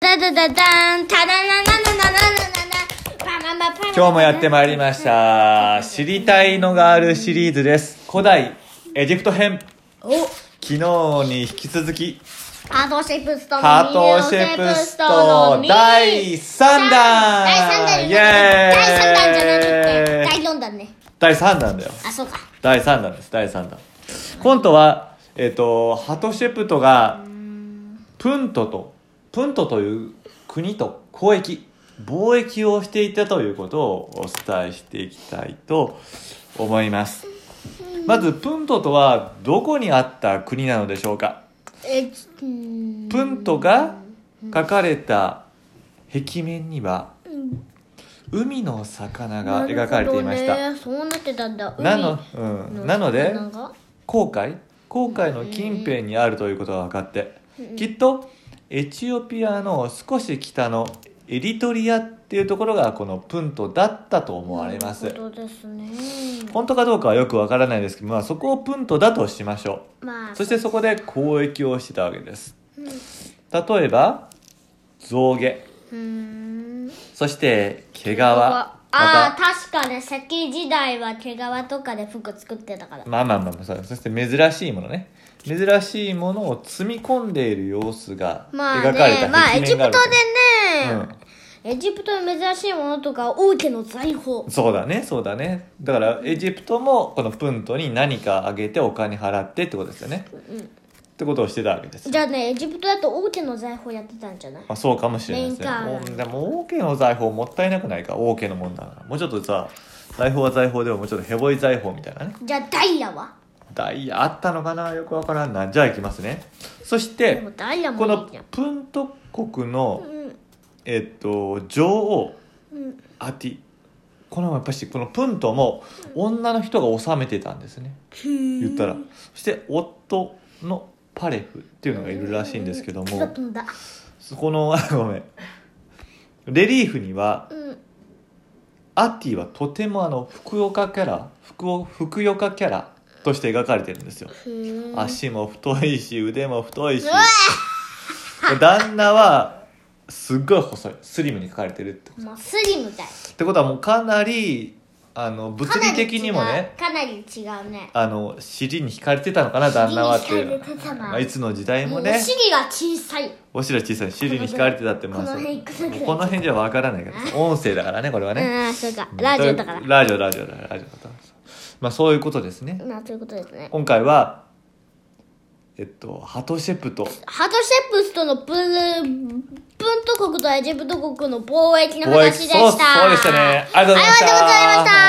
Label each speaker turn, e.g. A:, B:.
A: ダダダンタラナナナナナナナナパママパママ
B: 今日もやってまいりました知りたいのがあるシリーズです古代エジプト編
A: お
B: 昨日に引き続き
A: ハートシェプストの
B: ハートシェプストの第3弾
A: 第3弾
B: イエ
A: 第3弾じゃな
B: ー
A: く
B: イ
A: て第4弾ね
B: 第3弾だよ
A: あそうか
B: 第3弾です第3弾今度はえっ、とハトシェプトがプントとプントという国と交易貿易をしていたということをお伝えしていきたいと思いますまずプントとはどこにあった国なのでしょうか
A: えちうーん
B: プントが書かれた壁面には海の魚が描かれていまし
A: な
B: た
A: るほどねそうなってたんだ海
B: なの,、うん、なので
A: 魚が
B: 航海航海の近辺にあるということが分かって、きっとエチオピアの少し北のエリトリアっていうところがこのプントだったと思われます、
A: なるほどですね
B: 本当かどうかはよく分からないですけど、まあ、そこをプントだとしましょ
A: まあ
B: うそしてそこで交易をしてたわけです
A: うんう
B: 例えば象牙
A: ーん
B: そして毛皮
A: あ
B: ま
A: あ
B: た
A: ー確かね先時代は毛皮とかで服作ってたから
B: まあまあまあまあそうそして珍しいものね珍しいものを積み込んでいる様子が
A: まあ
B: 描
A: ね
B: かれた
A: まあエ
B: 壁
A: ジ
B: 面
A: プ
B: があ
A: ト
B: る
A: で
B: と
A: ね、エジプトで珍しいものとか王家の財宝
B: そうだねそうだねだからエジプトもこのプントに何かあげてお金払ってってことですよね、ってことをしてたわけです
A: じゃあねエジプトだと王家の財宝やってたんじゃない
B: まあ、そうかもしれないですね
A: 年間
B: おでも王家の財宝もったいなくないか王家のもんだからもうちょっとさ財宝は財宝でももうちょっとヘボい財宝みたいなね
A: じゃあダイヤは
B: ダイヤあったのかなよくわからんなじゃあいきますねそし
A: で
B: て
A: もダイヤも
B: こ
A: い
B: の
A: いじゃん
B: プント国の
A: うん
B: えっと女王
A: うん
B: アティこのやっぱしこのプントも女の人が治めてたんですね言ったらそして夫のパレフっていうのがいるらしいんですけど
A: ちょっ
B: も
A: と飛んだ
B: そこのあごめんレリーフには
A: うん
B: アティはとてもあのふくよかキャラふくおふくよかキャラとして描かれてるんですよ
A: ふーん
B: 足も太いし腕も太いし旦那はすっごい細いスリムに描かれてるって
A: まあスリムだよ
B: ってことはもうかなりあの物
A: かな
B: 理
A: り
B: 的にもね
A: 違うかなり違うね
B: あの尻に惹かれてたのかな旦那はっていう
A: 尻に惹かれてたな
B: まあ、いつの時代
A: も
B: も
A: う
B: ね
A: お尻が小さい
B: お尻は小さい尻に惹かれてたってまあ
A: この辺
B: そ
A: この
B: う
A: 辺
B: この辺じゃわからないから音声だからねこれはね、
A: うんそうかラジオだから
B: ラジオラジオラジオラジオだからまあそういうことですね
A: まあということですね
B: 今回はえっとハトシェプト
A: ハトシェプスとのプルプント国とエジプト国の貿易の
B: 貿
A: 話で
B: 易
A: した。
B: そうそうでしたねありがとうございました
A: ありがとうございました